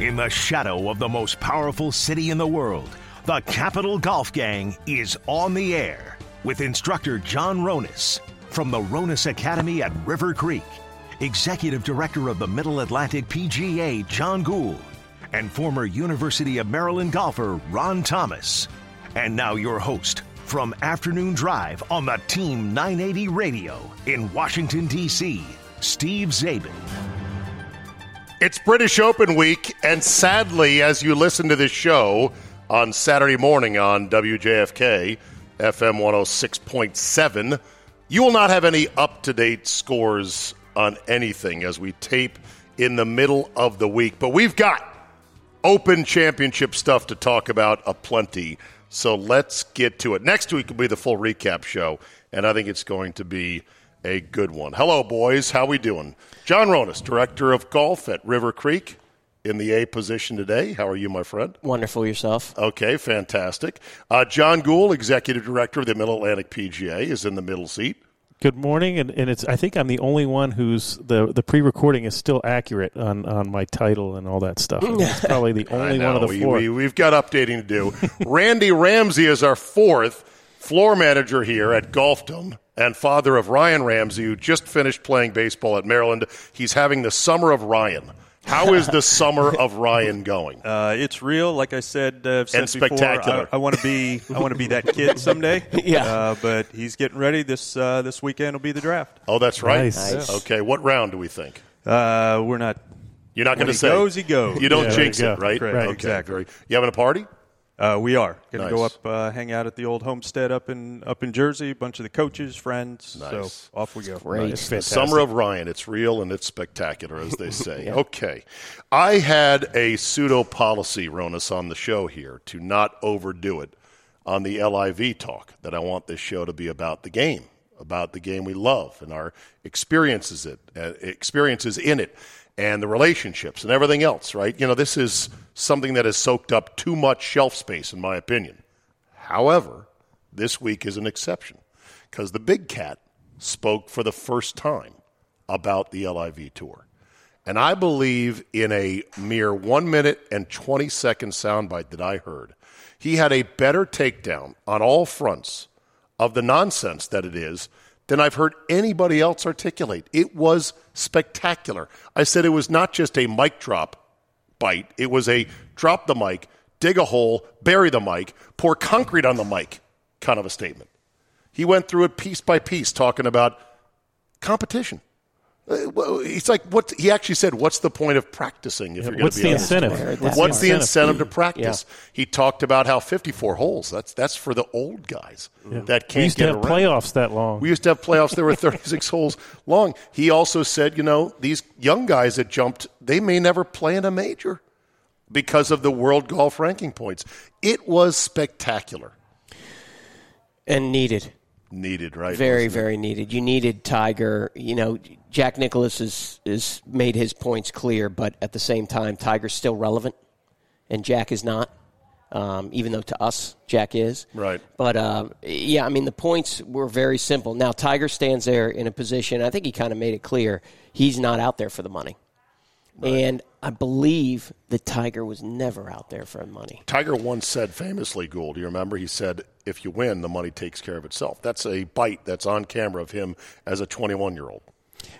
In the shadow of the most powerful city in the world, the Capital Golf Gang is on the air with instructor John Ronis from the Ronis Academy at River Creek, Executive Director of the Middle Atlantic PGA, John Gould, and former University of Maryland golfer Ron Thomas. And now your host from Afternoon Drive on the Team 980 Radio in Washington, D.C., Steve Zabin. It's British Open week, and sadly, as you listen to this show on Saturday morning on WJFK, FM 106.7, you will not have any up to date scores on anything as we tape in the middle of the week. But we've got Open Championship stuff to talk about aplenty. So let's get to it. Next week will be the full recap show, and I think it's going to be a good one. Hello, boys. How we doing? John Ronis, director of golf at River Creek, in the A position today. How are you, my friend? Wonderful yourself. Okay, fantastic. Uh, John Gould, executive director of the Middle Atlantic PGA, is in the middle seat. Good morning, and, and it's. I think I'm the only one who's the the pre-recording is still accurate on, on my title and all that stuff. And It's probably the only I know, one of the four. We, we, have got updating to do. Randy Ramsey is our fourth floor manager here at Golfdom and father of Ryan Ramsey, who just finished playing baseball at Maryland. He's having the summer of Ryan. How is the summer of Ryan going? Uh, it's real, like I said. Uh, I've said And spectacular. Before, I, I want to be. I want to be that kid someday. Yeah. Uh, but he's getting ready. This uh, this weekend will be the draft. Oh, that's right. Nice. Nice. Okay, what round do we think? Uh, we're not. You're not going When to he say goes, he goes. You don't Yeah, jinx there you it, go. right? Correct. Okay, Exactly. very- You having a party? Uh, we are going to go Nice. up, uh, hang out at the old homestead up in up in Jersey. A bunch of the coaches, friends. Nice. So off we go. Great. It's fantastic. Summer of Ryan. It's real and it's spectacular, as they say. Okay. I had a pseudo policy, Ronas, on the show here to not overdo it on the LIV talk, that I want this show to be about the game, about the game we love and our experiences, it, uh, experiences in it, and the relationships and everything else, right? You know, this is something that has soaked up too much shelf space, in my opinion. However, this week is an exception because the big cat spoke for the first time about the LIV tour. And I believe in a mere one minute and 20 second soundbite that I heard, he had a better takedown on all fronts of the nonsense that it is than I've heard anybody else articulate. It was spectacular. I said it was not just a mic drop bite. It was a drop the mic, dig a hole, bury the mic, pour concrete on the mic kind of a statement. He went through it piece by piece, talking about competition. Uh, well, It's like what he actually said. What's the point of practicing if you're going What's to be the on this incentive? I heard What's, that. the incentive to practice? He talked about how 54 holes. That's that's for the old guys that can't We used to get around. have playoffs that long. We used to have playoffs. There were 36 holes long. He also said, you know, these young guys that jumped, they may never play in a major because of the world golf ranking points. It was spectacular. And needed. Needed, right? Very, very needed. You needed Tiger. You know, Jack Nicholas is, is made his points clear, but at the same time, Tiger's still relevant, and Jack is not. Um, even though to us, Jack is. Right. But uh, yeah, I mean, the points were very simple. Now, Tiger stands there in a position, I think he kind of made it clear, he's not out there for the money. And I believe that Tiger was never out there for money. Tiger once said famously, Gould, you remember? He said, if you win, the money takes care of itself. That's a bite that's on camera of him as a 21 year old.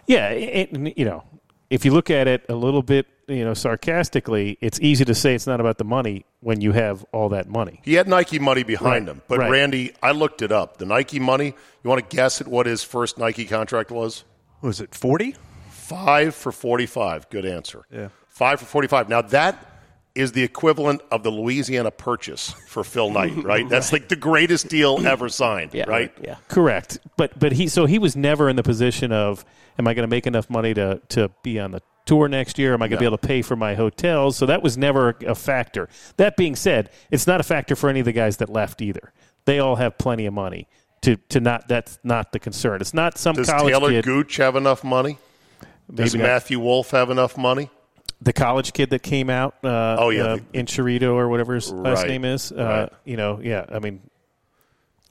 Yeah, it, it- you know, if you look at it a little bit, you know, sarcastically, it's easy to say it's not about the money when you have all that money. He had Nike money behind Right, him, but right. Randy, I looked it up. The Nike money, you want to guess at what his first Nike contract was? Was it forty? Five for 45. Good answer. Yeah. Five for 45. Now, that is the equivalent of the Louisiana purchase for Phil Knight, right? That's like the greatest deal ever signed, Yeah. right? Yeah. Correct, but but he so he was never in the position of am I going to make enough money to to be on the tour next year? Am I going to be able to pay for my hotels? So that was never a factor. That being said, it's not a factor for any of the guys that left either. They all have plenty of money to to not that's not the concern. It's not some Does college Taylor kid. Gooch have enough money? Does Maybe not. Matthew Wolf have enough money? the college kid that came out. Uh, Oh, yeah, uh, the- in Chirito or whatever his last Right, name is. Uh, right. You know, yeah. I mean,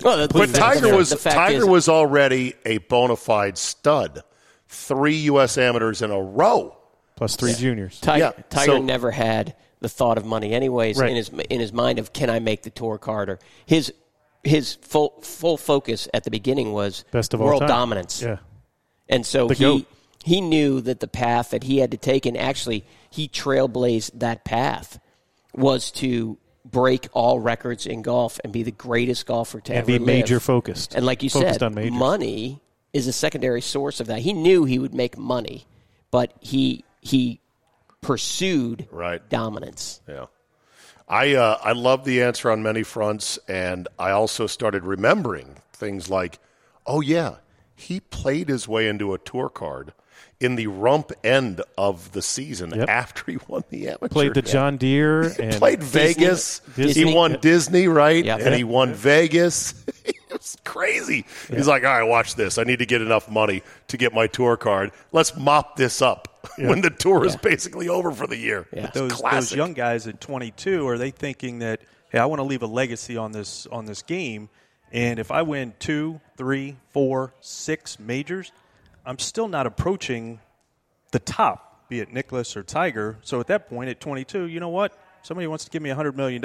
Well, the, But the fact- Tiger the was fact Tiger is- was already a bona fide stud. Three U.S. amateurs in a row plus three juniors. Tiger, Yeah, Tiger so- never had the thought of money, anyways, Right. in his in his mind of can I make the tour card or his his full full focus at the beginning was Best of all world time. dominance, Yeah. and so The he GOAT. he knew that the path that he had to take, and actually he trailblazed that path was to break all records in golf and be the greatest golfer to And ever be major live. focused. And like you Focused said, on majors. money is a secondary source of that. He knew he would make money, but he he pursued Right. dominance. Yeah. I uh, I love the answer on many fronts, and I also started remembering things like, oh yeah, he played his way into a tour card in the rump end of the season Yep. after he won the amateur. Played the John Deere and played Vegas. Disney. He won Disney, right? Yeah. And he won Vegas. it was crazy. He's like, all right, watch this. I need to get enough money to get my tour card. Let's mop this up when the tour is basically over for the year. Yeah. It's those, classic. those young guys at 22 are they thinking that hey i want to leave a legacy on this on this game and if i win two three four six majors i'm still not approaching the top be it nicholas or tiger so at that point at 22 you know what somebody wants to give me $100 million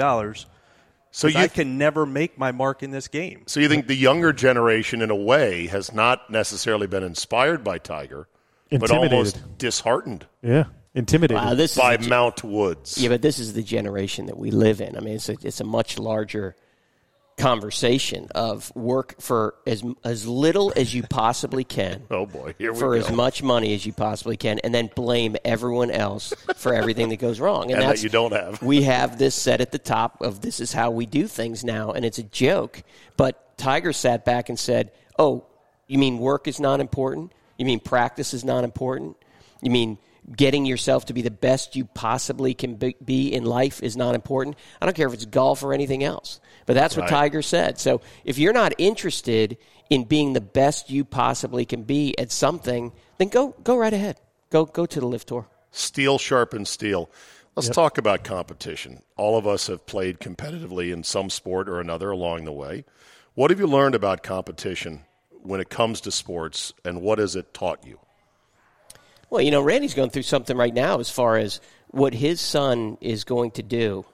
so you i can never make my mark in this game So you think the younger generation, in a way, has not necessarily been inspired by Tiger, but Intimidated. almost disheartened Yeah. Intimidated. Wow, this by is the, Mount Woods. yeah, but this is the generation that we live in. I mean, it's a, it's a much larger conversation of work for as as little as you possibly can. Oh boy, here we for go. as much money as you possibly can, and then blame everyone else for everything that goes wrong. And that that's- you don't have. we have this set at the top of this is how we do things now, and it's a joke. But Tiger sat back and said, "Oh, you mean work is not important? You mean practice is not important? You mean?" Getting yourself to be the best you possibly can be- be in life is not important. I don't care if it's golf or anything else. But that's what Right. Tiger said. So if you're not interested in being the best you possibly can be at something, then go go right ahead. Go go to the lift tour. steel sharpens steel. Let's talk about competition. All of us have played competitively in some sport or another along the way. What have you learned about competition when it comes to sports, and what has it taught you? Well, you know, Randy's going through something right now as far as what his son is going to do.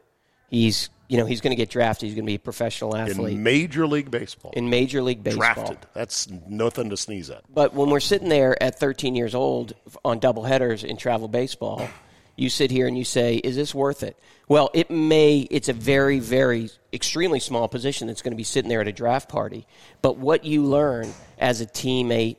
He's you know he's going to get drafted. He's going to be a professional In athlete in, Major League Baseball, Major League Baseball. drafted. That's nothing to sneeze at. But when we're sitting there at 13 years old on double headers in travel baseball, you sit here and you say, "Is this worth it?" Well, it may. It's a very, very, extremely small position that's going to be sitting there at a draft party. But what you learn as a teammate,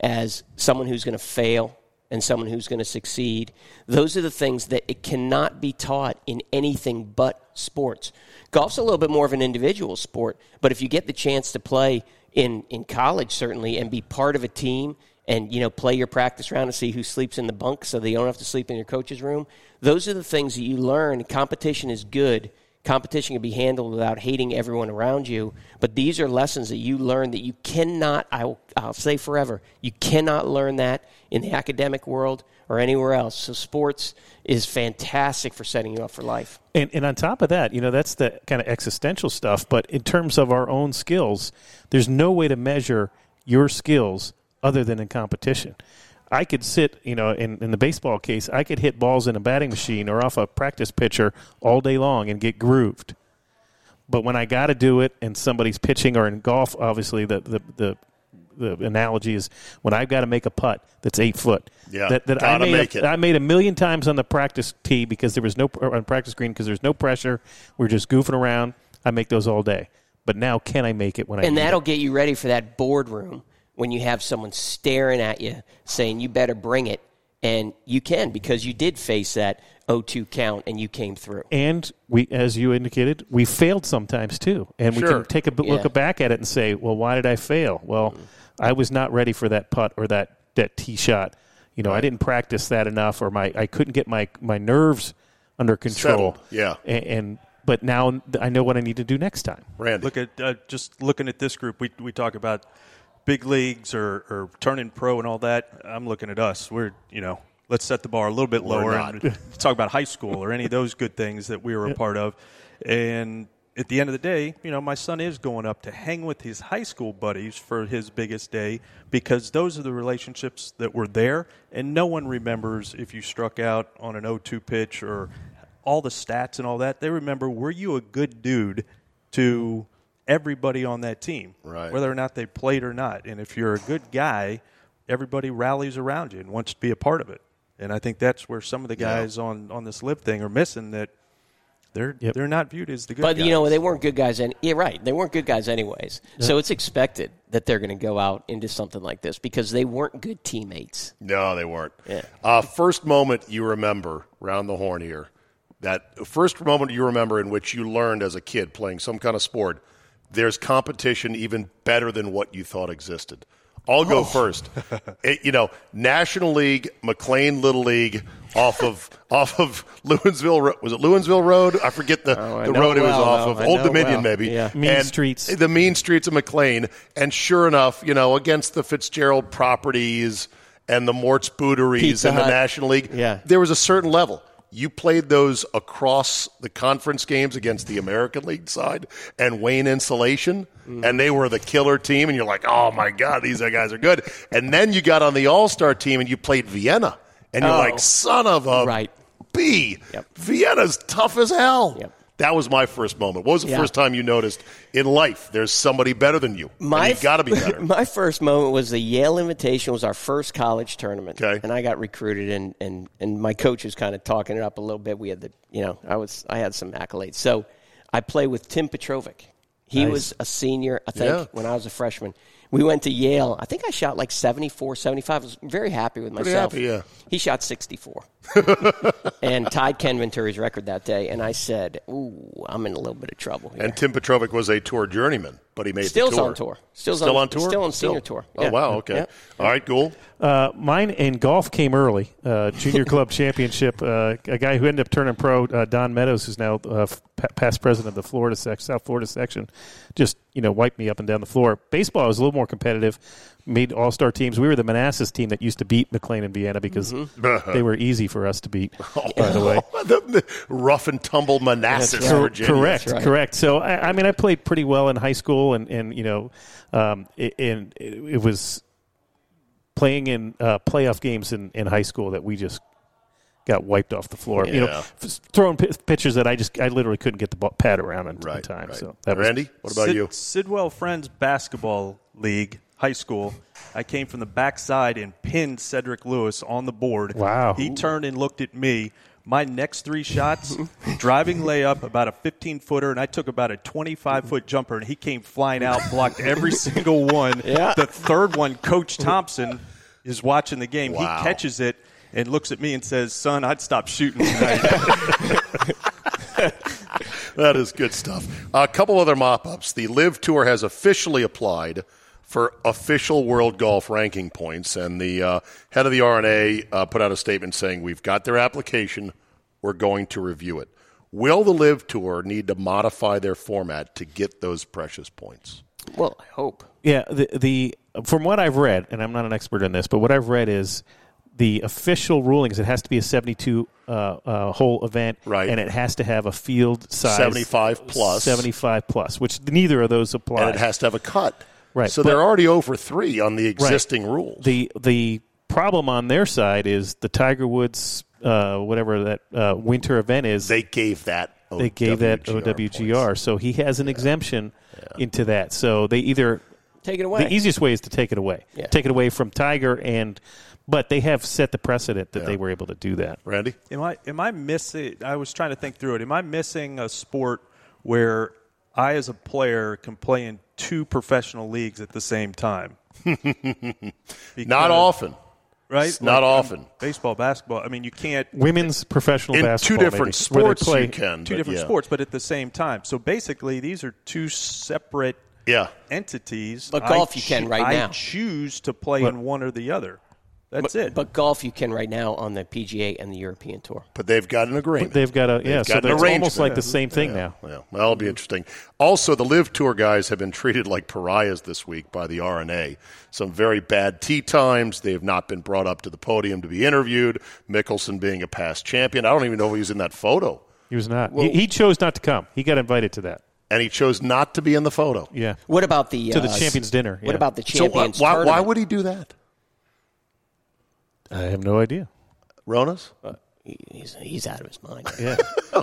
as someone who's going to fail, and someone who's going to succeed, those are the things that it cannot be taught in anything but sports. Golf's a little bit more of an individual sport, but if you get the chance to play in, in college, certainly, and be part of a team and you know play your practice round and see who sleeps in the bunk so they don't have to sleep in your coach's room those are the things that you learn competition is good competition can be handled without hating everyone around you but these are lessons that you learn that you cannot I will, i'll say forever you cannot learn that in the academic world or anywhere else so sports is fantastic for setting you up for life And, and on top of that, you know, that's the kind of existential stuff. But in terms of our own skills, there's no way to measure your skills other than in competition. I could sit, you know, in, in the baseball case, I could hit balls in a batting machine or off a practice pitcher all day long and get grooved. But when I got to do it and somebody's pitching or in golf, obviously, the, the, the, the analogy is when I've got to make a putt that's eight foot. Yeah, that, that I gotta made make a, it. I made a million times on the practice tee because there was no or on practice green because there's no pressure. We're just goofing around. I make those all day. But now, can I make it when I and need that'll it? get you ready for that boardroom when you have someone staring at you saying you better bring it and you can because you did face that 0-2 count and you came through And we, as you indicated, we failed sometimes too, and we Sure. can take a b- Yeah. Mm. look back at it and say, well, why did I fail? Well, I was not ready for that putt or that that tee shot. You know, I didn't practice that enough, or my I couldn't get my my nerves under control. Settled, yeah. A- and, but now I know what I need to do next time. Randy, Look at uh, just looking at this group. We we talk about big leagues or, or turning pro and all that. I'm looking at us. We're you know let's set the bar a little bit We're lower not. and talk about high school or any of those good things that we were a part of. And at the end of the day, you know, my son is going up to hang with his high school buddies for his biggest day because those are the relationships that were there. And no one remembers if you struck out on an 0 2 pitch or all the stats and all that. They remember, were you a good dude to everybody on that team, Right. whether or not they played or not? And if you're a good guy, everybody rallies around you and wants to be a part of it. And I think that's where some of the guys on, on this live thing are missing that they're Yep. they're not viewed as the good But guys. you know they weren't good guys, and yeah, right, they weren't good guys anyways. So it's expected that they're going to go out into something like this because they weren't good teammates. No, they weren't. Uh, first moment you remember round the horn here, that first moment you remember in which you learned as a kid playing some kind of sport, there's competition even better than what you thought existed. I'll Oh. go first. It- you know, National League, McLean Little League, off of off of Lewinsville. Ro- Was it Lewinsville Road? I forget the, Oh, I the know road it was well, off though. of. I Old know Dominion, well. maybe Yeah. Mean and streets. The mean streets of McLean. And sure enough, you know, against the Fitzgerald properties and the Mort's Booteries Pizza and the Hut. National League, Yeah. there was a certain level. You played those across the conference games against the American League side and Wayne Insulation, Mm. and they were the killer team. And you're like, oh my God, these guys are good. And then you got on the All Star team and you played Vienna. And you're Oh. like, son of a Right. B. Yep. Vienna's tough as hell. Yep. That was my first moment. What was the Yeah. first time you noticed in life there's somebody better than you? and you f- got to be better. my first moment was the Yale Invitation was our first college tournament, Okay. and I got recruited, and and and my coach was kind of talking it up a little bit. We had the you know I was I had some accolades, so I play with Tim Petrovic. He was a senior, I think, Yeah. when I was a freshman. We went to Yale. I think I shot like 74, 75. I was very happy with myself. happy, yeah. He shot 64 and tied Ken Venturi's record that day. And I said, Ooh, I'm in a little bit of trouble. Here. and Tim Petrovic was a tour journeyman, but he made Still's the tour. on tour. Still's still on- on tour. still on senior tour. Yeah. Oh wow. Okay. Yeah. All right. Cool. Uh, mine in golf came early. Uh, junior club championship. Uh, a guy who ended up turning pro, uh, Don Meadows, who's now uh, f- pa- past president of the Florida sec- South Florida section, just you know wiped me up and down the floor. Baseball I was a little more competitive. Made all star teams. We were the Manassas team that used to beat McLean and Vienna because they were easy for us to beat. By the way, The- the rough and tumble Manassas, That's right. Virginia. Correct, That's right. correct. So I, I mean, I played pretty well in high school, and and you know, um, it, and it, it was playing in uh, playoff games in, in high school that we just got wiped off the floor. You know, Yeah. f- throwing p- pitches that I just I literally couldn't get the ball, pad around in in Right. time. right. So that was Randy, what about Sid- you? Sidwell Friends Basketball League, high school. I came from the backside and pinned Cedric Lewis on the board. Wow. He turned and looked at me. My next three shots, driving layup, about a 15 footer, and I took about a 25 foot jumper, and he came flying out, blocked every single one. Yeah. The third one, Coach Thompson, is watching the game. Wow. He catches it and looks at me and says, Son, I'd stop shooting tonight. That is good stuff. A couple other mop ups. The Live Tour has officially applied for official world golf ranking points, and the uh, head of the RNA uh, put out a statement saying, We've got their application, we're going to review it. Will the Live Tour need to modify their format to get those precious points? Well, I hope. Yeah, the the from what I've read, and I'm not an expert in this, but what I've read is the official ruling is it has to be a 72 uh, uh, hole event, Right. And it has to have a field size 75 plus. 75 plus, which neither of those apply. And it has to have a cut. Right, So but- they're already over three on the Right. existing rules. The the problem on their side is the Tiger Woods, uh, whatever that uh, winter event is. they gave that. they gave that points. OWGR, so he has an exemption into that. So they either Take it away. The easiest way is to take it away. Yeah. Take it away from Tiger and but they have set the precedent that they were able to do that. Randy? Am I am I missing? I was trying to think through it. Am I missing a sport where I, as a player, can play in two professional leagues at the same time? Not often. right? It's not Like, um, often. Baseball, basketball. I mean, you can't Women's professional In two basketball different maybe, where sports, they play you can. two but different yeah. sports, but at the same time. So basically, these are two separate Yeah. entities. But I golf you can right I now. choose to play in one or the other. That's it. But golf you can right now on the PGA and the European Tour. But they've got an agreement. They've got a yeah, They've so got an it's almost arrangement. like the same thing now. Yeah, well, that'll be interesting. Also, the Live Tour guys have been treated like pariahs this week by the RNA. Some very bad tee times. They have not been brought up to the podium to be interviewed. Mickelson being a past champion. I don't even know if he was in that photo. He was not. he, he chose not to come. He got invited to that. and he chose not to be in the photo. Yeah. What about the To the uh, champions dinner, What yeah. about the So why, champions? why, why tournament? would he do that? I have no idea. Ronas? Uh, he's, he's out of his mind? Yeah.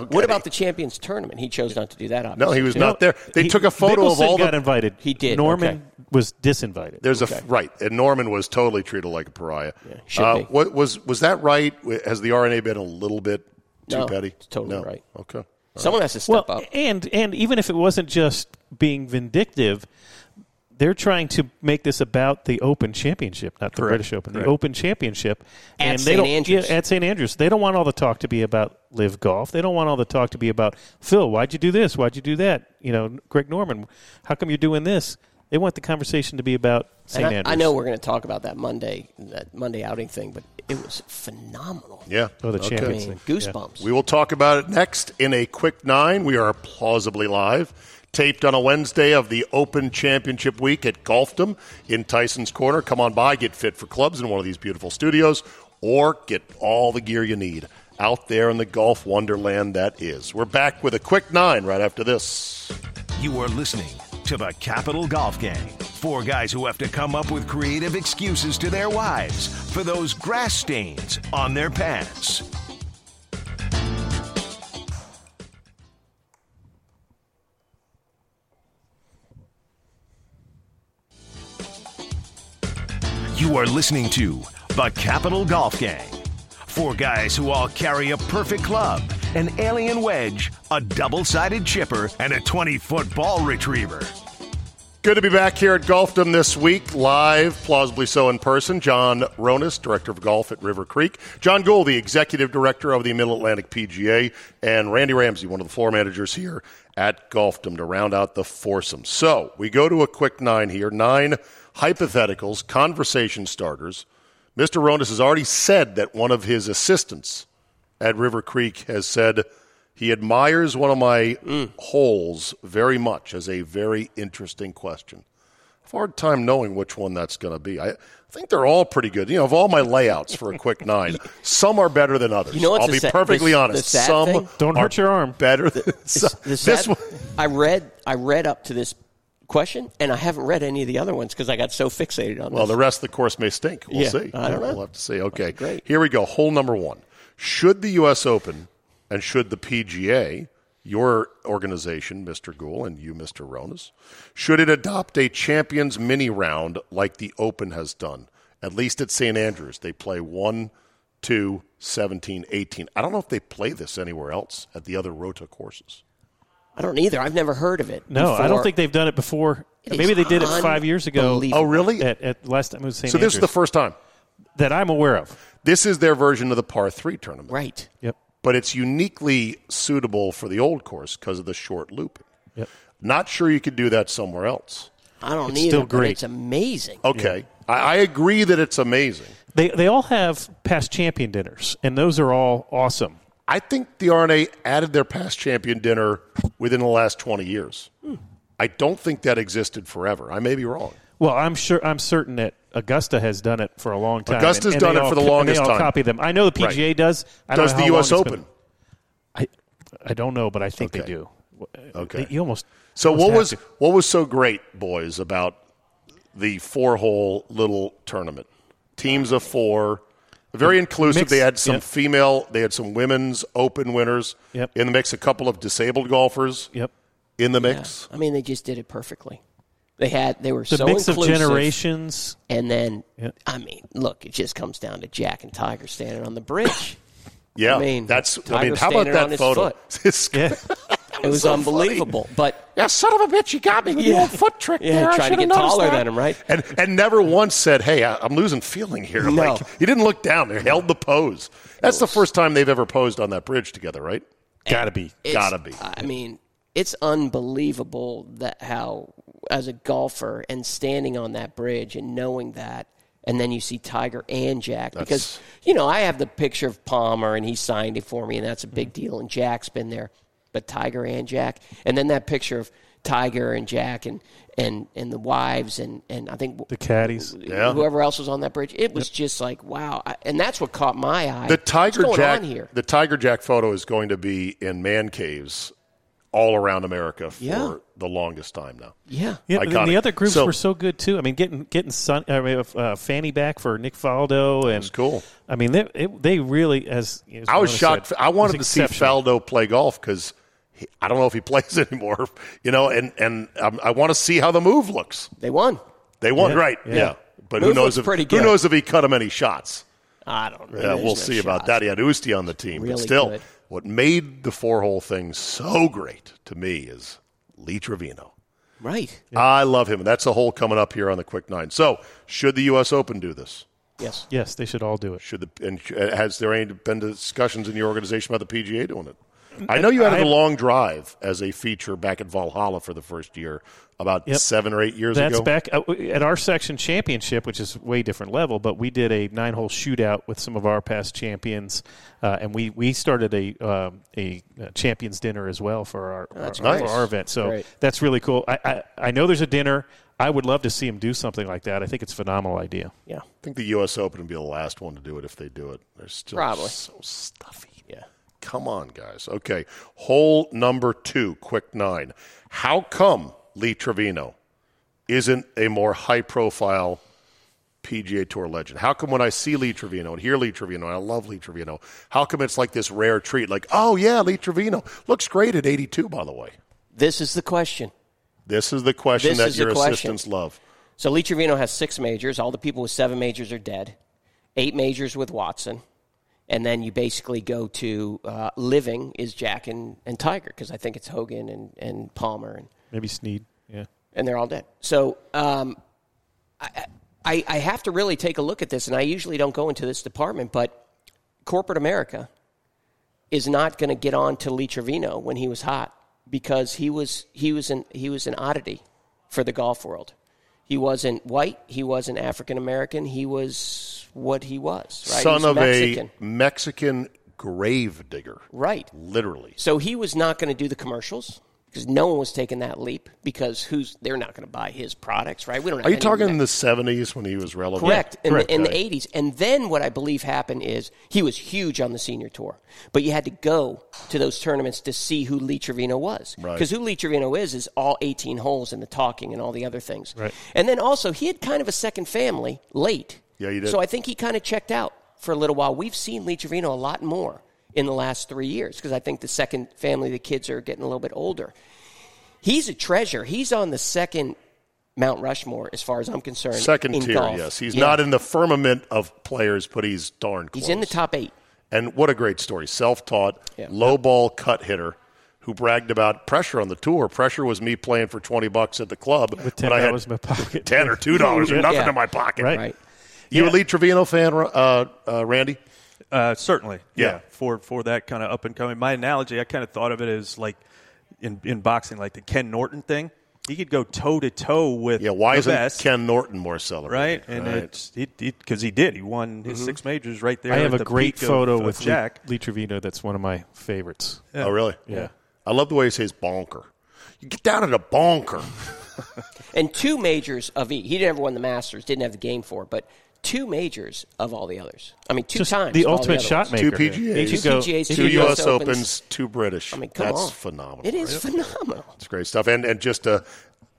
What about the champions tournament? He chose not to do that. Obviously. No, he was No, not there. They he- took a photo of Mickelson all got the. invited. He did, Norman okay. was disinvited. There's a right, and Norman was totally treated like a pariah. Uh, should be. What was was that right? Has the RNA been a little bit too No, petty? it's totally No. right. Okay. Someone has to well, step up. and and even if it wasn't just being vindictive, they're trying to make this about the Open Championship, not the Correct. British Open, Correct. the Open Championship. At and they St. don't, Andrews. Yeah, at St. Andrews, they don't want all the talk to be about live golf. They don't want all the talk to be about Phil. Why'd you do this? Why'd you do that? You know, Greg Norman, how come you're doing this? They want the conversation to be about St. And I- Andrews. I, know we're going to talk about that Monday, that Monday outing thing, but it was phenomenal. Yeah. Oh, the okay. I champions. mean, goosebumps. We will talk about it next in a quick nine. We are plausibly live, taped on a Wednesday of the Open Championship week at Golfdom in Tyson's Corner. Come on by, get fit for clubs in one of these beautiful studios, or get all the gear you need out there in the golf wonderland that is. We're back with a quick nine right after this. You are listening to the Capital Golf Gang. Four guys who have to come up with creative excuses to their wives for those grass stains on their pants. You are listening to the Capital Golf Gang. Four guys who all carry a perfect club, an alien wedge, a double sided chipper, and a 20 foot ball retriever. Good to be back here at Golfdom this week, live, plausibly so in person. John Ronas, Director of Golf at River Creek. John Gould, the Executive Director of the Middle Atlantic PGA. And Randy Ramsey, one of the floor managers here at Golfdom, to round out the foursome. So we go to a quick nine here nine hypotheticals, conversation starters. Mr. Ronas has already said that one of his assistants at River Creek has said he admires one of my Mm. holes very much as a very interesting question. I have a hard time knowing which one that's going to be. I think they're all pretty good. You know, of all my layouts for a quick nine, some are better than others. You know what's I'll the be sa- perfectly the- honest. the sad some thing? Don't are hurt your arm. Better than some. The sad- This one, I read, I read up to this question, and I haven't read any of the other ones because I got so fixated on Well, this. the rest of the course may stink. We'll Yeah, see. I don't know. We'll have to see. Okay. great. Here we go. Hole number one. Should the U.S. Open and should the PGA, your organization, Mr. Gould, and you, Mr. Ronas, should it adopt a champions mini round like the Open has done? At least at St. Andrews, they play 1, 2, 17, 18. I don't know if they play this anywhere else at the other Rota courses. I don't either. I've never heard of it. No, I before. don't think they've done it before. It Maybe is they did it five years ago. unbelievable. Oh, really? At, at last time it was St. so this is Andrews. the first time. that I'm aware of. This is their version of the par 3 tournament. Right. Yep. but it's uniquely suitable for the old course because of the short looping. Yep. Not sure you could do that somewhere else. I don't It's either. still but great. Oh, It's amazing. Okay. I, I agree that it's amazing. They they all have past champion dinners, and those are all awesome. I think the RNA added their past champion dinner within the last 20 years. Hmm. I don't think that existed forever. I may be wrong. Well, I'm sure I'm certain that Augusta has done it for a long time. Augusta's they done it all for the co- and longest they all time. Copy them. I know the PGA Right. does. I don't Does know the how long U.S. it's been- Open? I I don't know, but I think they Okay. do. Okay. They- you almost. So almost what have was to. what was so great, boys, about the four hole little tournament? Teams of four, very inclusive. Mix- they had some yep. female, they had some women's open winners Yep. in the mix. A couple of disabled golfers Yep. in the mix. I mean, they just did it perfectly. They had they were The so mix of inclusive, generations. and then Yeah. I mean, look, it just comes down to Jack and Tiger standing on the bridge. Yeah, I mean, that's. I Tiger mean, how about standing on that his photo? It's- Yeah. it was so funny. unbelievable. But Yeah, son of a bitch, you got me with Yeah. the old foot trick Yeah, there. I trying to shoulda get noticed taller that. than him, right? And and never once said, "Hey, I, I'm losing feeling here." No. Like he didn't look down there, held the pose. That's the first time they've ever posed on that bridge together, right? Gotta be. it's, Gotta be. I mean, it's unbelievable that how as a golfer and standing on that bridge and knowing that. And then you see Tiger and Jack because you know I have the picture of Palmer and he signed it for me and that's a big Mm-hmm. deal and Jack's been there, but Tiger and Jack and then that picture of Tiger and Jack and and and the wives and and I think The caddies. Yeah. whoever else was on that bridge. It was just like wow, I, and that's what caught my eye. The Tiger What's going Jack on here? the Tiger Jack photo is going to be in man caves all around America for Yeah. the longest time now. Yeah. Yeah, and Iconic. the other groups So- were so good too. I mean, getting getting Son, I mean, uh, Fanny back for Nick Faldo and was cool. I mean, they it, they really as, as I was Mona shocked. said, I wanted to was see exceptional. Faldo play golf because I don't know if he plays anymore, you know, and, and um, I want to see how the move looks. They won. They won, Yeah. right? Yeah. Yeah. But Move who knows looks if pretty who good. knows if he cut him any shots? I don't know. Yeah, There's we'll no see about shots. that. He had Usti on the team, but Really still, good. what made the four hole thing so great to me is Lee Trevino. Right. I love him. That's a hole coming up here on the quick nine. So, should the U.S. Open do this? Yes. Yes, they should all do it. Should the and sh- uh, has there any been discussions in your organization about the PGA doing it? Mm, I know you had a long drive as a feature back at Valhalla for the first year, about Yep. seven or eight years That's ago. back uh, at our section championship, which is way different level. But we did a nine hole shootout with some of our past champions, uh, and we we started a um, a uh, champions dinner as well for our, our- nice. for our event. So Oh, Great. that's really cool. I, I I know there's a dinner. I would love to see him do something like that. I think it's a phenomenal idea. Yeah. I think the U.S. Open would be the last one to do it if they do it. They're still Probably. so stuffy. Yeah. Come on, guys. Okay, hole number two, quick nine. How come Lee Trevino isn't a more high-profile PGA Tour legend? How come when I see Lee Trevino and hear Lee Trevino, and I love Lee Trevino, how come it's like this rare treat? Like, oh yeah, Lee Trevino looks great at 82, by the way. This is the question. This is the question This that is the your question. assistants love. So Lee Trevino has six majors. All the people with seven majors are dead. Eight majors with Watson. And then you basically go to uh, living is Jack and, and Tiger because I think it's Hogan and, and Palmer and Maybe Sneed. Yeah. and they're all dead. So um, I, I, I have to really take a look at this, and I usually don't go into this department, but corporate America is not going to get on to Lee Trevino when he was hot because he was he was an he was an oddity for the golf world. He wasn't white. He wasn't African American. He was what he was. Right? Son he was of Mexican. a Mexican grave digger, right. literally. So he was not going to do the commercials because no one was taking that leap because who's they're not going to buy his products, right? We don't. Have Are you any talking ma- in the 70s when he was relevant? Correct. In, Correct. The, in the Right. 80s. And then what I believe happened is he was huge on the senior tour, but you had to go to those tournaments to see who Lee Trevino was. Right. Because who Lee Trevino is, is all 18 holes and the talking and all the other things. Right. And then also, he had kind of a second family late. Yeah, he did. So I think he kind of checked out for a little while. We've seen Lee Trevino a lot more in the last three years because I think the second family, the kids are getting a little bit older. He's a treasure. He's on the second Mount Rushmore, as far as I'm concerned. Second in tier, golf. yes. He's Yeah. not in the firmament of players, but he's darn close. He's in the top eight. And what a great story. Self taught, Yeah. low ball cut hitter who bragged about pressure on the tour. Pressure was me playing for 20 bucks at the club. With ten when I had dollars in my pocket. 10 or $2 or nothing Yeah. in my pocket. Right. Right. You Yeah. a Lee Trevino fan, uh, uh, Randy? Uh, certainly, yeah. Yeah. For for that kind of up and coming, my analogy, I kind of thought of it as like in in boxing, like the Ken Norton thing. He could go toe to toe with Yeah, why the isn't best, Ken Norton more celebrated? right? And it's because he, did. He won his six majors right there. Mm-hmm. I at have a the great peak of- photo of with Lee- Jack. Lee, Trevino. That's one of my favorites. Oh, really? Yeah. I love the way he says bonker. You get down to the bonker. And two majors of each. He never won the Masters, didn't have the game for it, but two majors of all the others. I mean, two Just times. the of all ultimate other shot ones. Two maker. PGAs. He could Two go- PGAs, he Two could go- U.S. US Opens, Opens. two British. I mean, come That's on. phenomenal. It is right? phenomenal. It's great stuff, and and just a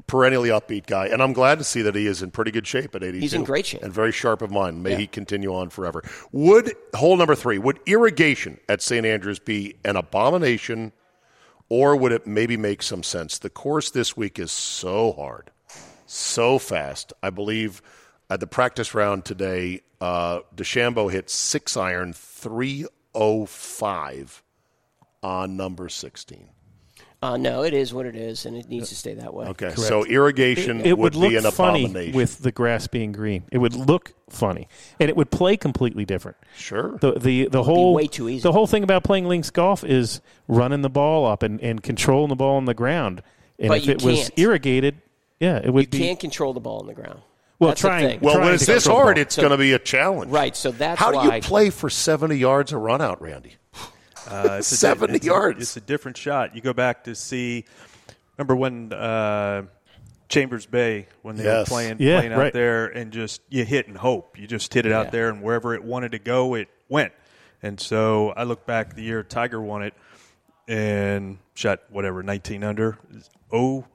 perennially upbeat guy. And I'm glad to see that he is in pretty good shape at 82. He's in great shape. and very sharp of mind. May he continue on forever. Would hole number three? Would irrigation at St. Andrews be an abomination, or would it maybe make some sense? The course this week is so hard, so fast. I believe at the practice round today, uh, DeChambeau hit six iron three oh five on number sixteen. Uh, no, it is what it is, and it needs to stay that way. Okay, so irrigation It would, be look an funny abomination. with the grass being green. It would look funny, and it would play completely different. sure. The the the whole way too easy. The whole thing about playing links golf is running the ball up and, and controlling the ball on the ground. And But if you it was can't. irrigated, yeah, it would be. Can't control the ball on the ground. well, That's the trying. thing. well, trying when to it's this control the hard, ball. it's going to be a challenge, Right, so that's how do why- you play for seventy yards a run out, Randy? Uh, it's a- 70 it's a- yards. it's a different shot. You go back to see. Remember when uh, Chambers Bay when they Yes. were playing Yeah, playing out right. there and just you hit and hope. You just hit it out there and wherever it wanted to go, it went. And so I look back the year Tiger won it. and shot whatever 19 under. Oh,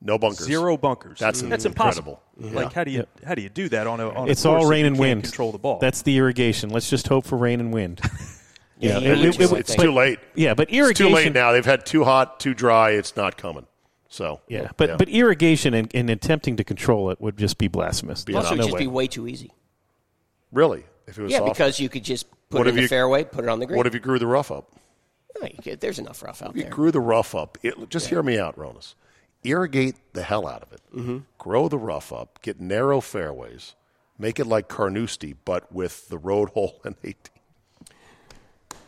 No bunkers. zero bunkers. That's Mm. that's incredible. impossible. Like how do you how do you do that on a on a It's all course rain that and you can't wind. Control the ball. That's the irrigation. Let's just hope for rain and wind. Yeah, it- it- It's, it- it's too late. Yeah, but It's irrigation. too late now. They've had too hot, too dry. It's not coming. So Yeah, but but irrigation and, and attempting to control it would just be blasphemous. Plus, it would No just way. be way too easy. really, if it was Yeah, soft, because you could just put What if it in the you- fairway, put it on the green. what if you grew the rough up? No, you could- there's enough rough out You there. grew the rough up. It, just hear me out, Ronus. Irrigate the hell out of it. Mm-hmm. Grow the rough up. Get narrow fairways. Make it like Carnoustie, but with the road hole and 18.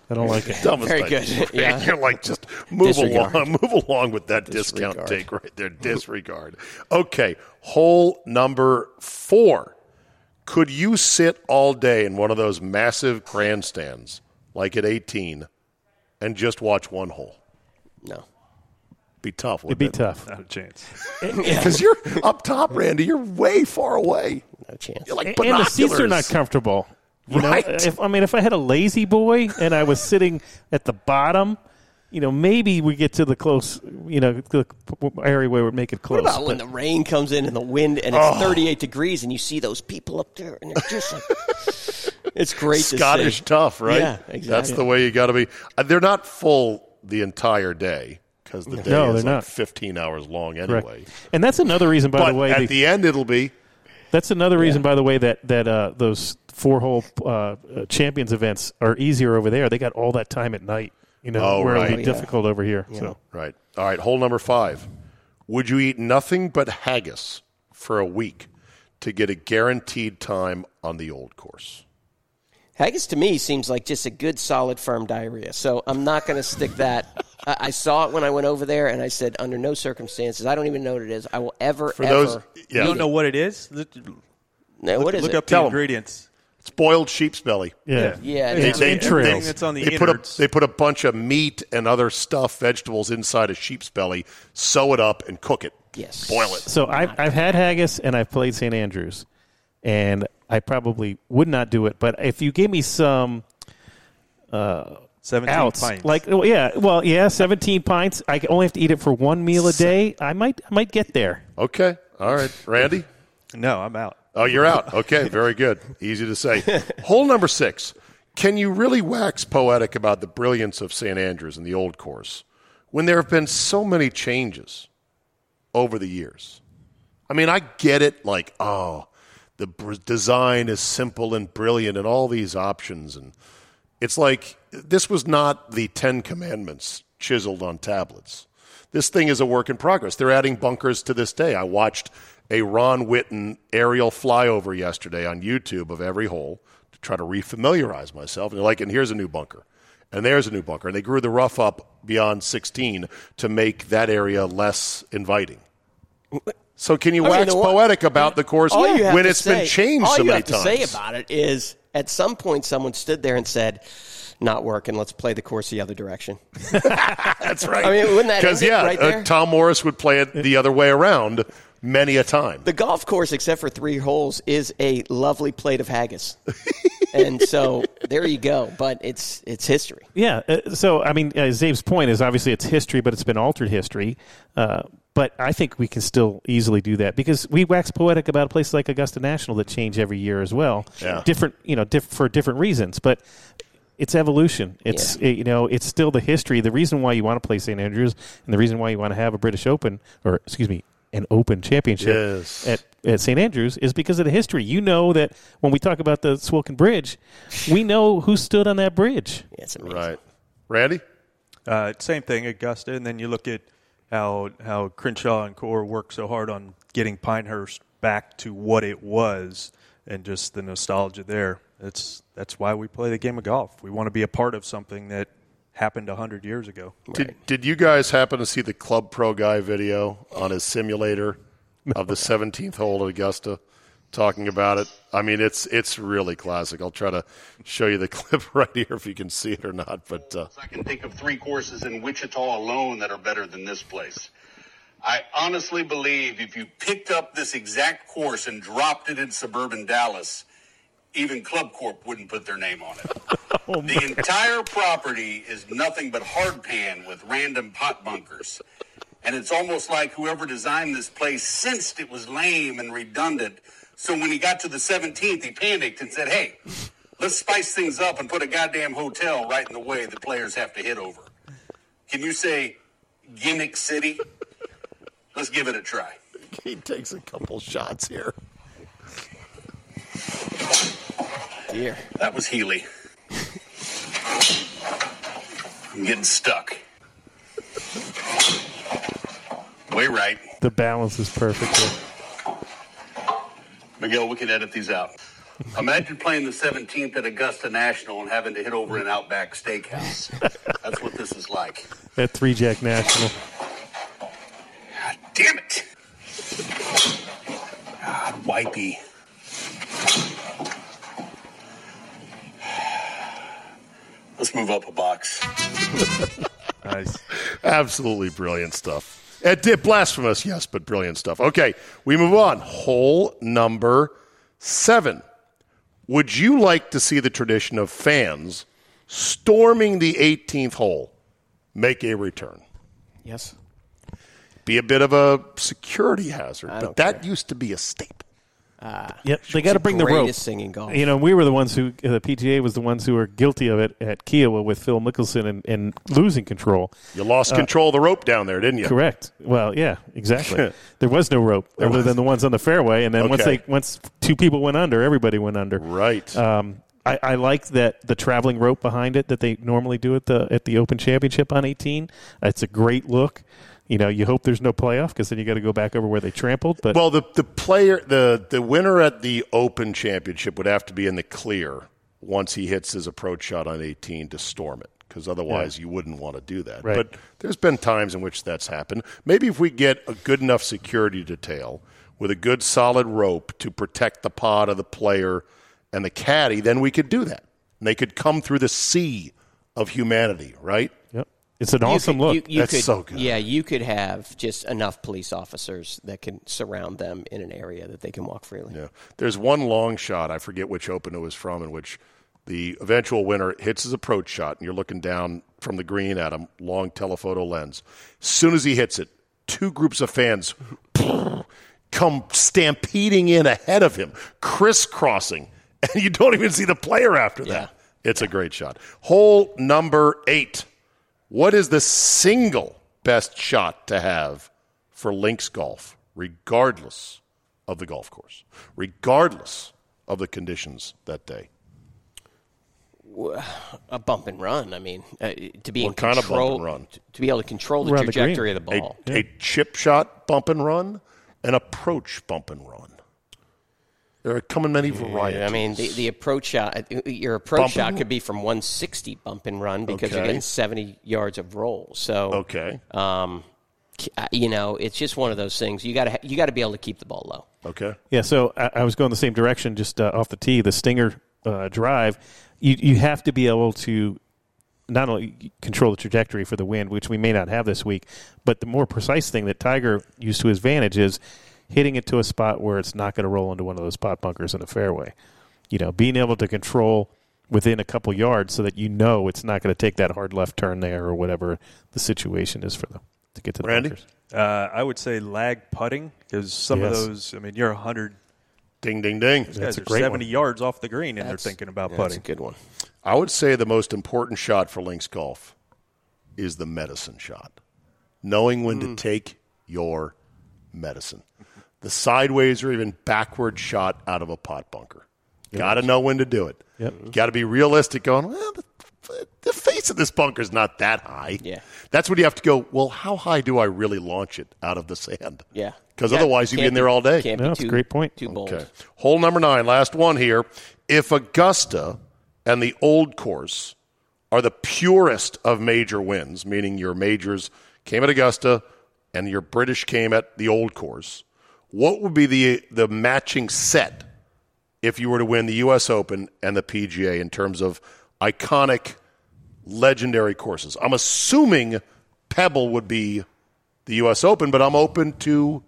I don't like it. Dumbest Very idea. good. Yeah. You're like, just move Disregard. along. Move along with that discount Disregard. take right there. Disregard. Okay. Hole number four. Could you sit all day in one of those massive grandstands, like at 18, and just watch one hole? No. Be tough. It'd wouldn't be it? tough. not a chance. because you're up top, Randy. You're way far away. No chance. You're like And- and the binoculars. seats are not comfortable. You know, Right. if, I mean, if I had a lazy boy and I was sitting at the bottom, you know, maybe we get to the close, you know, the area where we make it close. What about when but- the rain comes in and the wind and Oh. it's 38 degrees and you see those people up there and they're just like, it's great Scottish to see. tough, right? Yeah, exactly. That's the way you got to be. Uh, They're not full the entire day because the day No, is they're like not. 15 hours long anyway. Correct. And that's another reason, by But the way, at the- the end, it'll be That's another reason, by the way, that that uh, those four hole uh, uh, champions events are easier over there. They got all that time at night, you know, Oh, where it'll right. be Yeah. difficult over here. So right. All right. Hole number five. Would you eat nothing but haggis for a week to get a guaranteed time on the old course? Haggis to me seems like just a good, solid, firm diarrhea. So I'm not going to stick that. I, I saw it when I went over there and I said, under no circumstances, I don't even know what it is. I will ever, For ever. those, yeah, You don't know what it is. Look, No, what is look it? up the Tell 'em. ingredients. it's boiled sheep's belly. yeah, Yeah, It's no. on they- the- they- everything they- that's on the they put a innards. they put a bunch of meat and other stuff, vegetables inside a sheep's belly, sew it up and cook it. Yes. boil it. So I've I've had haggis and I've played St Andrews, and I probably would not do it. But if you gave me some 17 outs, pints. like well, yeah, well, yeah, seventeen pints. I can only have to eat it for one meal a day. I might I might get there. Okay, all right, Randy. no, I'm out. Oh, you're out. Okay, very good. Easy to say. Hole number six. Can you really wax poetic about the brilliance of St. Andrews and the old course when there have been so many changes over the years? I mean, I get it, like, oh, the br- design is simple and brilliant and all these options. And it's like this was not the Ten Commandments chiseled on tablets. This thing is a work in progress. They're adding bunkers to this day. I watched a Ron Witten aerial flyover yesterday on YouTube of every hole to try to refamiliarize myself. And they're like, and here's a new bunker. And there's a new bunker. And they grew the rough up beyond 16 to make that area less inviting. So can you I mean, wax the one- poetic about the course all you have when to it's say, been changed all so you many have times? to say about it is at some point someone stood there and said not working let's play the course the other direction That's right. I mean, wouldn't that Because end it yeah, right Uh, there? Tom Morris would play it the other way around many a time. the golf course except for three holes is a lovely plate of haggis and so there you go but it's it's history Yeah. uh, So, I mean, uh, Zabe's point is obviously it's history, but it's been altered history. Uh, but I think we can still easily do that because we wax poetic about places like Augusta National that change every year as well. Yeah. Different, you know, diff- for different reasons. But it's evolution. It's Yeah. it- you know, it's still the history. The reason why you want to play St Andrews and the reason why you want to have a British Open or excuse me, an Open Championship Yes. at at St. Andrews is because of the history. You know that when we talk about the Swilkin Bridge, we know who stood on that bridge. Yeah, it's amazing right, Randy. Uh, same thing, Augusta, and then you look at how how Crenshaw and Core worked so hard on getting Pinehurst back to what it was, and just the nostalgia there. That's that's why we play the game of golf. We want to be a part of something that happened hundred years ago. Did Did you guys happen to see the Club Pro guy video on his simulator of the 17th hole at Augusta? Talking about it, I mean it's it's really classic. I'll try to show you the clip right here if you can see it or not. But uh, I can think of three courses in Wichita alone that are better than this place. I honestly believe if you picked up this exact course and dropped it in suburban Dallas, even Club Corp wouldn't put their name on it. the entire property is nothing but hardpan with random pot bunkers. And it's almost like whoever designed this place sensed it was lame and redundant. So when he got to the 17th, he panicked and said, Hey, let's spice things up and put a goddamn hotel right in the way the players have to hit over. Can you say Gimmick City? Let's give it a try. He takes a couple shots here. Dear. That was Healy. I'm getting stuck. Way right. The balance is perfect. here. Miguel, we can edit these out. Imagine playing the 17th at Augusta National and having to hit over an Outback Steakhouse. That's what this is like. At Three Jack National. God damn it! God, wipey. Let's move up a box. Nice. Absolutely brilliant stuff. It did blasphemous, yes, but brilliant stuff. Okay, we move on. Hole number seven. Would you like to see the tradition of fans storming the 18th hole make a return? Yes. Be a bit of a security hazard, but that used to be a staple. Yep, they got to bring the rope. greatest thing in golf. You know, we were the ones who the PGA was the ones who were guilty of it at Kiowa with Phil Mickelson and, and losing control. You lost control of the rope down there, didn't you? Correct. Well, yeah, exactly. there was no rope other than the ones on the fairway, and then once Okay. they once two people went under, everybody went under. Right. Um, I, I like that the traveling rope behind it that they normally do at the at the Open Championship on 18. It's a great look. You know, you hope there's no playoff because then you got to go back over where they trampled. But Well, the the player the the winner at the Open Championship would have to be in the clear once he hits his approach shot on 18 to storm it because otherwise you wouldn't want to do that. Right. But there's been times in which that's happened. Maybe if we get a good enough security detail with a good solid rope to protect the pod of the player and the caddy, then we could do that. And they could come through the sea of humanity, right? yep. it's an You awesome could- look. you- you That's could- so good. Yeah, you could have just enough police officers that can surround them in an area that they can walk freely. Yeah. There's one long shot. I forget which Open it was from, in which the eventual winner hits his approach shot, and you're looking down from the green at him, long telephoto lens. Soon as he hits it, two groups of fans come stampeding in ahead of him, crisscrossing, and you don't even see the player after that. It's a great shot. Hole number eight. What is the single best shot to have for links golf, regardless of the golf course, regardless of the conditions that day? A bump and run. I mean, uh, to be in What kind of bump control, and run? t- to be able to control the Around the green. trajectory of the A, Oh. ball. a chip shot bump and run, an approach bump and run. There are coming many varieties. I mean, the, the approach shot, uh, your approach Bump and shot run. could be from 160 bump and run because you're Okay. getting 70 yards of roll. So, okay. uh, um, c- uh, you know, it's just one of those things. You got to you got to be able to keep the ball low. Okay. Yeah, so I, I was going the same direction, just uh, off the tee, the Stinger uh, drive. You you have to be able to not only control the trajectory for the wind, which we may not have this week, but the more precise thing that Tiger used to his advantage is hitting it to a spot where it's not going to roll into one of those pot bunkers in the fairway. You know, being able to control within a couple yards so that you know it's not going to take that hard left turn there or whatever the situation is for them to get to the Randy? bunkers. Uh, I would say lag putting because some Yes. of those. I mean, you're 100. Ding, ding, ding. These guys a are great 70 one. yards off the green, and they're thinking about putting. good one. I would say the most important shot for links golf is the medicine shot. Knowing when Mm. to take your medicine. The sideways or even backward shot out of a pot bunker. Got to know when to do it. Yep. Got to be realistic going, well, the, the face of this bunker is not that high. Yeah. That's when you have to go, well, how high do I really launch it out of the sand? Yeah, Because Yeah, otherwise you'd be can't in there all day. can't No, be that's a too- great point. Too bold. Okay. Hole number nine, last one here. If Augusta and the old course are the purest of major wins, meaning your majors came at Augusta and your British came at the old course, what would be the the matching set if you were to win the US Open and the PGA in terms of iconic legendary courses? I'm assuming Pebble would be the US Open, but I'm open to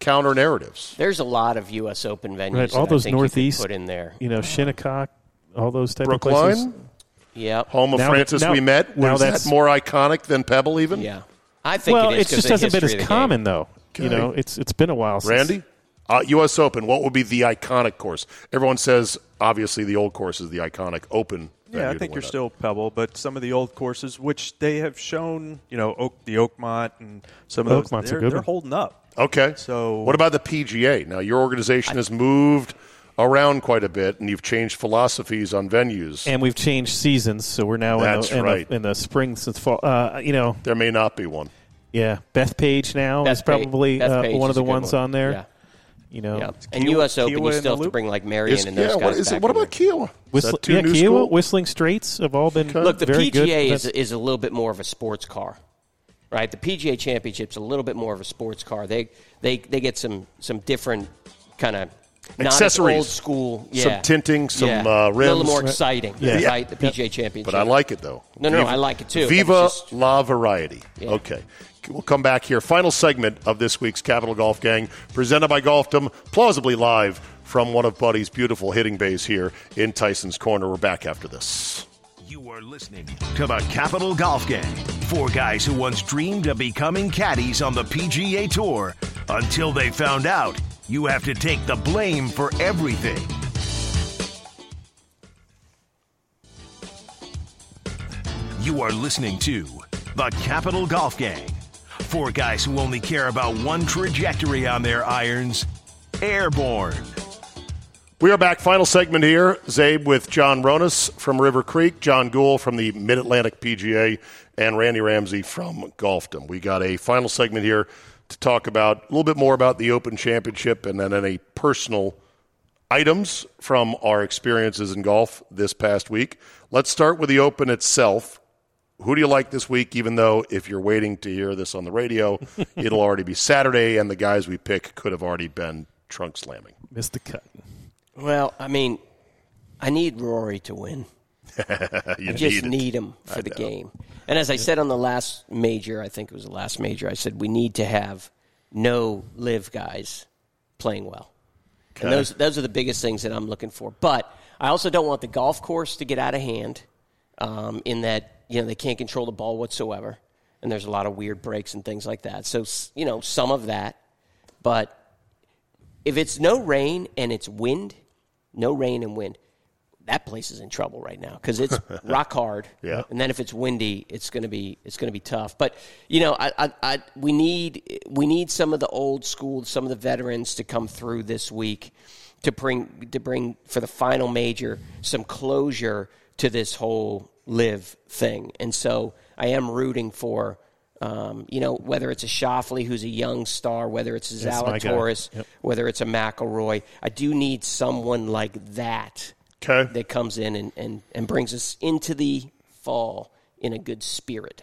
counter narratives. There's a lot of U.S. Open venues. Right, all that I those think you could northeast put in there. You know, Shinnecock, all those type of places. Brookline? Yep. Home of Now- Francis now- we met. now Was that that's- more iconic than Pebble even? Yeah. I think Well, it is it 'cause just of the hasn't been history as of the common game. though. You Okay. know, it's it's been a while. Since, Randy? Uh, U.S. Open. What would be the iconic course? Everyone says obviously the old course is the iconic open. Yeah, I think you're still Pebble, but some of the old courses, which they have shown, you know, Oak, the Oakmont and some of those, Oakmont's a they're, good they're one. holding up. Okay. So- what about the PGA? Now your organization has moved around quite a bit, and you've changed philosophies on venues. And we've changed seasons, so we're now in That's the, in, the- right. in the spring since fall. Uh, you know, there may not be one. yeah. Beth Page now Beth is probably Page- Beth uh, Page one of is the a good ones one. on there. Oh. Yeah. You know, Yeah. And Kiowa- U.S. Open, Kiowa you in the still have to loop? bring like Marion Is- and those yeah, guys what is back it? What in about there. Kiowa? Is Whistl- that two yeah, new Kiowa, school? Whistling Straits have all been Look, the very good. PGA is, That's- is a little bit more of a sports car, right? The PGA Championship's a little bit more of a sports car. They they they get some some different kind of Accessories. old school, yeah. Some tinting, some, Yeah. uh, a little rims. more exciting, Yeah. right? The PGA Championship, But I like it though. No, no, no, I like it too, but Viva it's just- la variety. Yeah. Okay. We'll come back here. Final segment of this week's Capital Golf Gang, presented by Golfdom, plausibly live from one of Buddy's beautiful hitting bays here in Tyson's Corner. We're back after this. You are listening to the Capital Golf Gang. Four guys who once dreamed of becoming caddies on the PGA Tour until they found out you have to take the blame for everything. You are listening to the Capital Golf Gang. Four guys who only care about one trajectory on their irons airborne. We are back. Final segment here. Zabe with John Ronas from River Creek, John Gould from the Mid Atlantic PGA, and Randy Ramsey from Golfdom. We got a final segment here to talk about a little bit more about the Open Championship and then any personal items from our experiences in golf this past week. Let's start with the Open itself. Who do you like this week? Even though if you're waiting to hear this on the radio, it'll already be Saturday, and the guys we pick could have already been trunk slamming. missed the cut. Well, I mean, I need Rory to win. You I just need it. need him for the game. And as I said on the last major, I think it was the last major, I said we need to have no live guys playing well. And those those are the biggest things that I'm looking for. But I also don't want the golf course to get out of hand um, in that you know they can't control the ball whatsoever, and there's a lot of weird breaks and things like that. So s- you know some of that, but if it's no rain and it's wind, no rain and wind, that place is in trouble right now because it's rock hard. Yeah. And then if it's windy, it's gonna be it's gonna be tough. But you know, I, I, I we need we need some of the old school, some of the veterans to come through this week to bring to bring for the final major some closure to this whole live thing. And so I am rooting for. Um, you know whether it's a Shoffley who's a young star, whether it's a That's my guy. Zalatoris, whether it's a McElroy. I do need someone like that Okay. that comes in and, and, and brings us into the fall in a good spirit.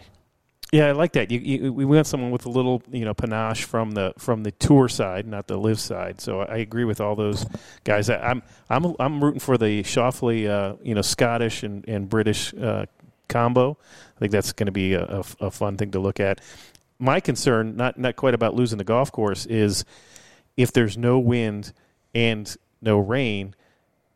Yeah, I like that. You, you, we want someone with a little, you know, panache from the from the tour side, not the live side. So I agree with all those guys. I, I'm I'm I'm rooting for the Shoffley, uh, you know, Scottish and and British uh, combo. I think that's going to be a, a f- a fun thing to look at. My concern, not not quite about losing the golf course, is if there's no wind and no rain,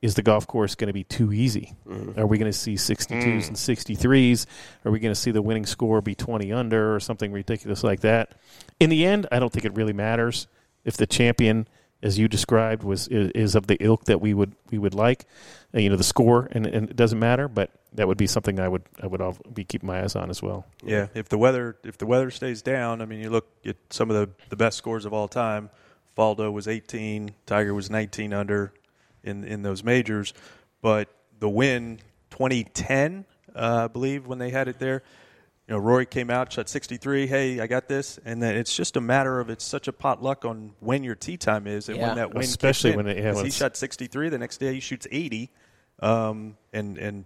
is the golf course going to be too easy? Are we going to see 62s and 63s? Are we going to see the winning score be 20 under or something ridiculous like that? In the end, I don't think it really matters if the champion, as you described, was is, is of the ilk that we would we would like. Uh, you know, the score and, and it doesn't matter, but that would be something I would I would all be keeping my eyes on as well. Yeah, if the weather if the weather stays down, I mean, you look at some of the the best scores of all time. Faldo was 18, Tiger was 19 under in in those majors, but the win 2010, uh, I believe, when they had it there. You know, Rory came out, shot 63. Hey, I got this, and then it's just a matter of it's such a pot luck on when your tee time is and Yeah. when that win, kicks Especially in. when it- yeah, 'Cause when he it's- shot 63, the next day he shoots 80, um, and and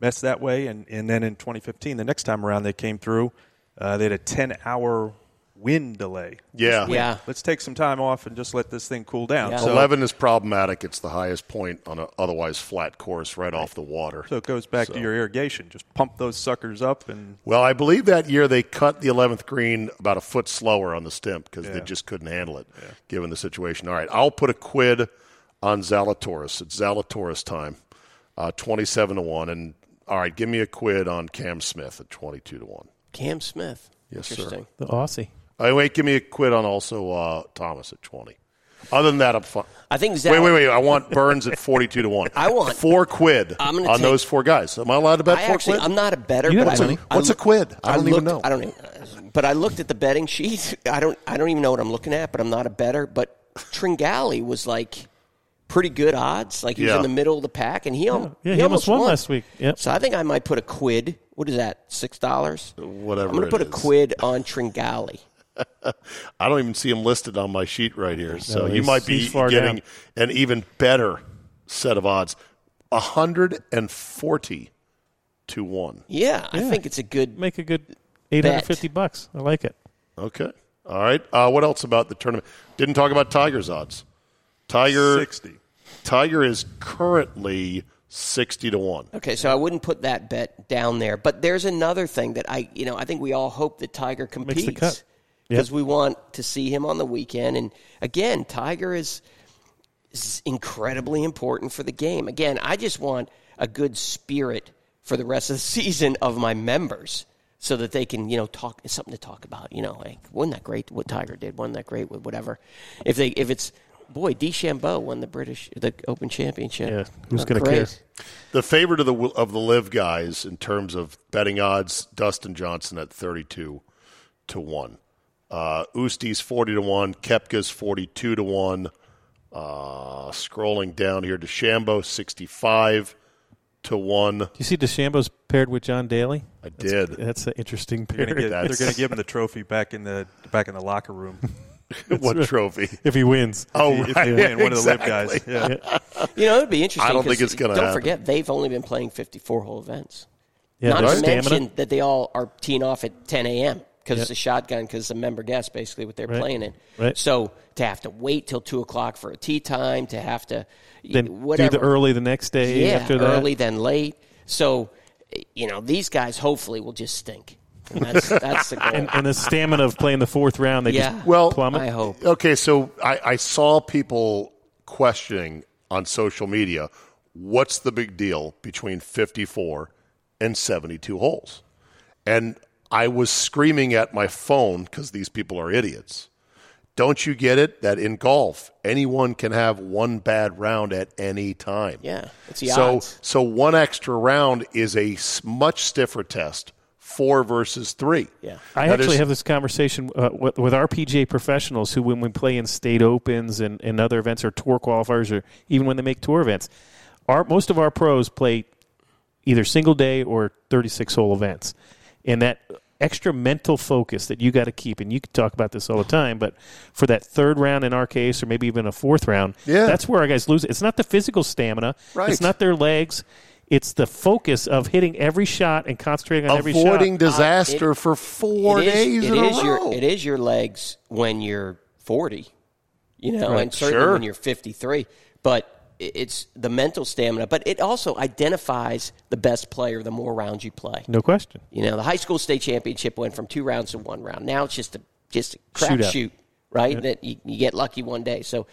messed that way. And, and then in 2015, the next time around, they came through. Uh, they had a 10 hour wind delay. "Ah, Yeah. Yeah. Let's take some time off and just let this thing cool down. Yeah. So, 11 is problematic. It's the highest point on an otherwise flat course right off the water. so it goes back to your irrigation. Just pump those suckers up and Well, I believe that year they cut the 11th green about a foot slower on the stimp because they Yeah. just couldn't handle it given the situation. All right, I'll put a quid on Zalatoris. It's Zalatoris time, uh, 27 to 1. And All right, give me a quid on Cam Smith at twenty-two to one. Cam Smith. Yes, sir. Interesting. The Aussie. Oh, wait, give me a quid on also uh, Thomas at twenty. Other than that, I'm fine. I think Zach. Wait, wait, wait! I want Burns at forty-two to one. I want- four quid I'm on gonna take- those four guys. Am I allowed to bet I four actually, quid? I'm not a better. You but have I- money. I What's a look- quid? I don't even looked- know. I don't. But I looked at the betting sheet. I don't. I don't even know what I'm looking at. But I'm not a better. But Tringali was like pretty good odds. Like he was Yeah. in the middle of the pack, and he, al- Yeah, he almost won last week. Yep. So I think I might put a quid. What is that? Six dollars. Whatever I'm going it to put is. a quid on Tringali. I don't even see him listed on my sheet right here. So No, you he's- might be he's far getting down. an even better set of odds. 140 to 1. Yeah, I think it's a good. Make a good 850 bucks. I like it. Okay. All right. Uh, what else about the tournament? Didn't talk about Tiger's odds. Tiger 60. Tiger is currently 60 to 1. Okay, so I wouldn't put that bet down there. But there's another thing that I, you know, I think we all hope that Tiger the competes cut. because we want to see him on the weekend. And again, Tiger is, is incredibly important for the game. Again, I just want a good spirit for the rest of the season of my members so that they can, you know, talk it's something to talk about. You know, like wasn't that great what Tiger did? Wasn't that great? Whatever. If they, if it's boy, DeChambeau won the British, the Open Championship. Yeah, who's Oh, gonna great. care? The favorite of the of the live guys in terms of betting odds, Dustin Johnson at thirty two to one. Uh, Usti's forty to one. Kepka's forty two to one. Uh, scrolling down here, DeChambeau sixty five to one. You see DeChambeau's paired with John Daly? I did. That's an interesting They're pair. gonna, get, they're That's- gonna give him the trophy back in the back in the locker room. what trophy? if he wins. Oh, if right. they win, one of the live Exactly. guys. Yeah. You know, it'd be interesting. I don't 'cause think it's gonna Don't happen. forget, they've only been playing 54 hole events. Yeah, Not their to stamina. mention that they all are teeing off at 10 a.m. because it's a shotgun because the member guess basically what they're Right. playing in. Right. So to have to wait till two o'clock for a tea time, to have to Then whatever do the early the next day yeah, after that. early then late. So you know these guys hopefully will just stink. And that's that's the goal. and, and the stamina of playing the fourth round, they yeah. just Well, plummet. I hope. Okay, so I, I saw people questioning on social media what's the big deal between 54 and 72 holes? And I was screaming at my phone because these people are idiots. Don't you get it that in golf, anyone can have one bad round at any time? Yeah, it's the so, odds. So one extra round is a s- much stiffer test, four versus three. Yeah. I Now, actually there's- have this conversation uh, with, with our PGA professionals who, when we play in state opens and, and other events or tour qualifiers or even when they make tour events, our, most of our pros play either single day or 36 hole events. And that extra mental focus that you got to keep, and you can talk about this all the time, but for that third round in our case, or maybe even a fourth round, Yeah. that's where our guys lose. it. It's not the physical stamina, Right. it's not their legs. It's the focus of hitting every shot and concentrating on every shot. avoiding disaster for four It is- days it in is a row. your it is your legs when you're 40 you know and certainly Sure. when you're 53 but i- it's the mental stamina but it also identifies the best player the more rounds you play No question. you know the high school state championship went from two rounds to one round now it's just a just a crap Shootout. shoot right that you, you get lucky one day so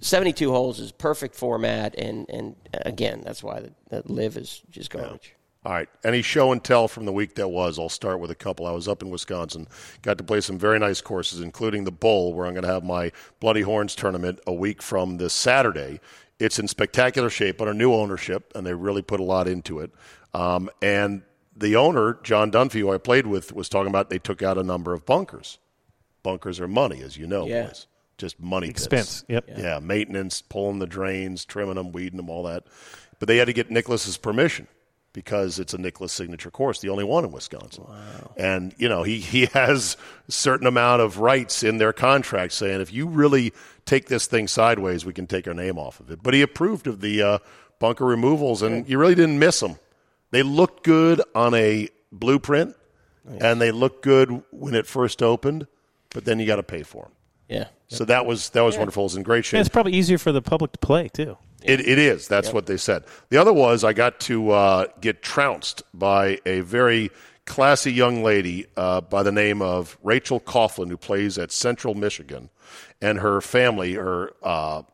72 holes is perfect format and and again that's why the, the live is just garbage All right. Any show and tell from the week that was? I'll start with a couple. I was up in Wisconsin, got to play some very nice courses, including the Bowl, where I'm going to have my Bloody Horns tournament a week from this Saturday. It's in spectacular shape under new ownership, and they really put a lot into it. Um, and the owner, John Dunphy, who I played with, was talking about they took out a number of bunkers. Bunkers are money, as you know, Yeah. boys. Just money pits. Expense, yep. Yeah. maintenance, pulling the drains, trimming them, weeding them, all that. But they had to get Nicholas's permission because it's a Nicholas signature course, the only one in Wisconsin. And you know, he he has a certain amount of rights in their contract saying if you really take this thing sideways, we can take our name off of it. But he approved of the uh, bunker removals, and you really didn't miss them. They looked good on a blueprint, and they looked good when it first opened. But then you got to pay for them. yeah So that was that was wonderful. It was in great shape. And it's probably easier for the public to play too. It, it is. That's what they said. The other was I got to uh, get trounced by a very classy young lady uh, by the name of Rachel Coughlin, who plays at Central Michigan, and her family, her uh,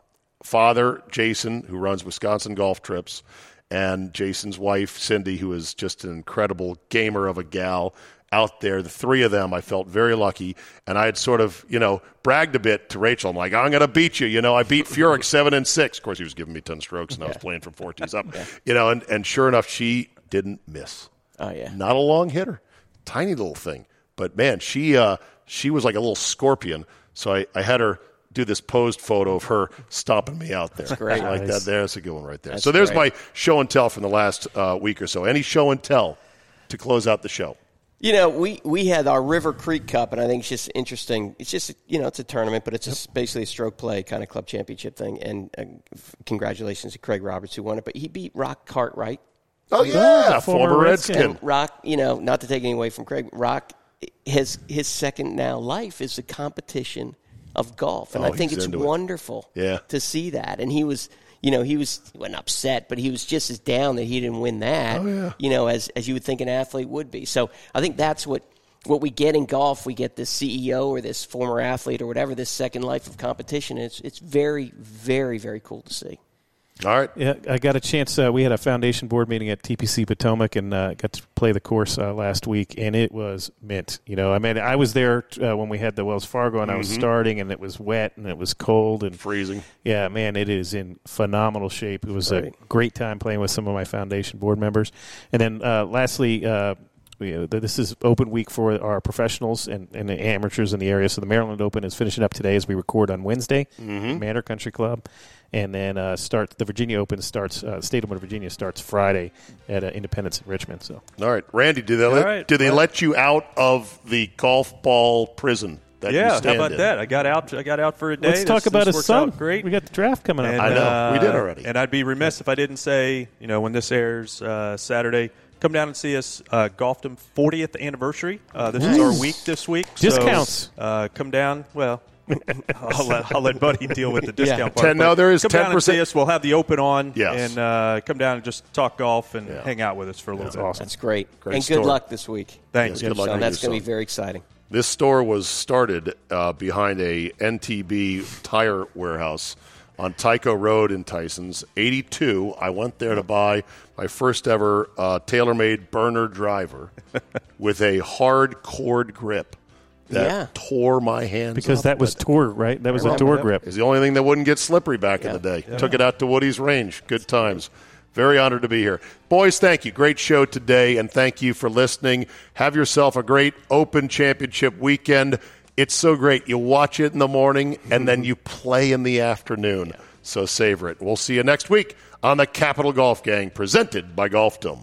father, Jason, who runs Wisconsin Golf Trips, and Jason's wife, Cindy, who is just an incredible gamer of a gal out there. The three of them, I felt very lucky. And I had sort of, you know, bragged a bit to Rachel. I'm like, I'm going to beat you. You know, I beat Furyk seven and six. Of course, he was giving me 10 strokes and I was playing from 14s up. You know, and, and sure enough, she didn't miss. Oh, yeah. Not a long hitter, tiny little thing. But man, she uh, she was like a little scorpion. So I, I had her do this posed photo of her stomping me out there. That's great. like Nice. that. There's a good one right there. so there's great. my show and tell from the last uh, week or so. Any show and tell to close out the show? You know, we, we had our River Creek Cup, and I think it's just interesting. It's just, you know, it's a tournament, but it's just basically a stroke play kind of club championship thing. And uh, f- congratulations to Craig Roberts, who won it. But he beat Rock Cartwright. Oh yeah, the former, former Redskin. Redskin. Rock, you know, not to take anything away from Craig, Rock, his, his second now life is the competition of golf. And Oh, I think he's it's into it. wonderful Yeah. to see that. And he was, you know, he was, he wasn't upset, but he was just as down that he didn't win that, Oh, yeah. you know, as, as you would think an athlete would be. So I think that's what, what we get in golf. We get this CEO or this former athlete or whatever, this second life of competition. And it's, it's very, very, very cool to see. All right. Yeah, I got a chance. Uh, we had a foundation board meeting at TPC Potomac, and uh, got to play the course uh, last week, and it was mint. You know, I mean, I was there uh, when we had the Wells Fargo, and I was starting, and it was wet, and it was cold, and Freezing. Yeah, man, it is in phenomenal shape. It was a great time playing with some of my foundation board members, and then uh, lastly. Uh, we, uh, this is open week for our professionals and, and the amateurs in the area. So the Maryland Open is finishing up today as we record on Wednesday, Manor Country Club, and then uh, start the Virginia Open starts. Uh, State Open of Virginia starts Friday at uh, Independence in Richmond. So All right, Randy. Do they let, right, do they well- let you out of the golf ball prison? That you yeah, how stand about in? that? I got out. I got out for a day. let's This- talk about this his works son. out Great. we got the draft coming up. And, I know. uh, We did already. And I'd be remiss if I didn't say, you know, when this airs uh, Saturday, come down and see us. Uh, Golfdom 40th anniversary. Uh, this is our week this week. So, Discounts. uh, come down. Well. I'll, let, I'll let Buddy deal with the discount part. Ten- but no, there is come down and 10% see us. We'll have the open on, Yes. and uh, come down and just talk golf and hang out with us for a little bit. awesome. That's great. Great and story. good luck this week. Thanks. Yes, good luck So to that's you, going to son. be very exciting. This store was started uh, behind a NTB tire warehouse on Tyco Road in Tyson's. 82. I went there to buy my first ever uh, tailor-made burner driver with a hard cord grip that Yeah. tore my hands Because up, that was but tour, right? That was a tour grip. It's the only thing that wouldn't get slippery back in the day. Took it out to Woody's range. Good times. Very honored to be here. Boys, thank you. Great show today, and thank you for listening. Have yourself a great Open Championship weekend. It's so great. You watch it in the morning, and then you play in the afternoon. So savor it. We'll see you next week on the Capital Golf Gang, presented by Golfdom.